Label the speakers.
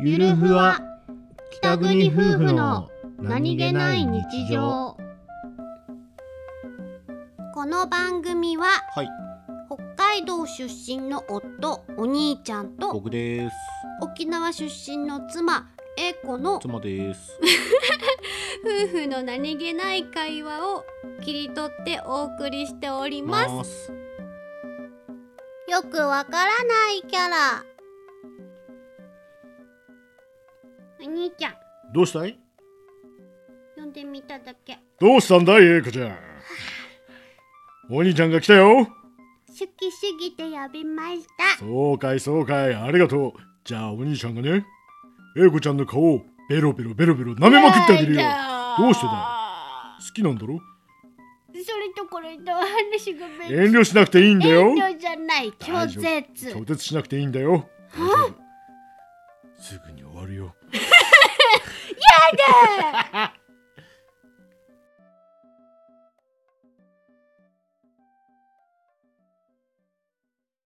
Speaker 1: ゆるふわ北国夫婦の
Speaker 2: この番組は
Speaker 1: はい
Speaker 2: 北海道出身の夫お兄ちゃんと
Speaker 1: 僕です
Speaker 2: 沖縄出身の妻英子の夫
Speaker 1: 妻です
Speaker 2: 婦の何気ない会話を切り取ってお送りしております
Speaker 1: す
Speaker 2: よくわからないキャラお兄ちゃん
Speaker 1: どうしたい
Speaker 2: 呼んでみただけ
Speaker 1: どうしたんだいエイコちゃんお兄ちゃんが来たよ
Speaker 2: 好きすぎて呼びまし
Speaker 1: そうかいそうかいありがとうじゃあお兄ちゃんがねエイコちゃんの顔をベロベロベロベロ舐めまくってあげるよどうして
Speaker 2: だ
Speaker 1: 好きなんだろ
Speaker 2: それとこれと話が別
Speaker 1: 遠慮しなくていいんだよ
Speaker 2: 遠慮じゃない拒絶
Speaker 1: 拒絶しなくていいんだよ大丈夫すぐに終わるよ
Speaker 2: やだ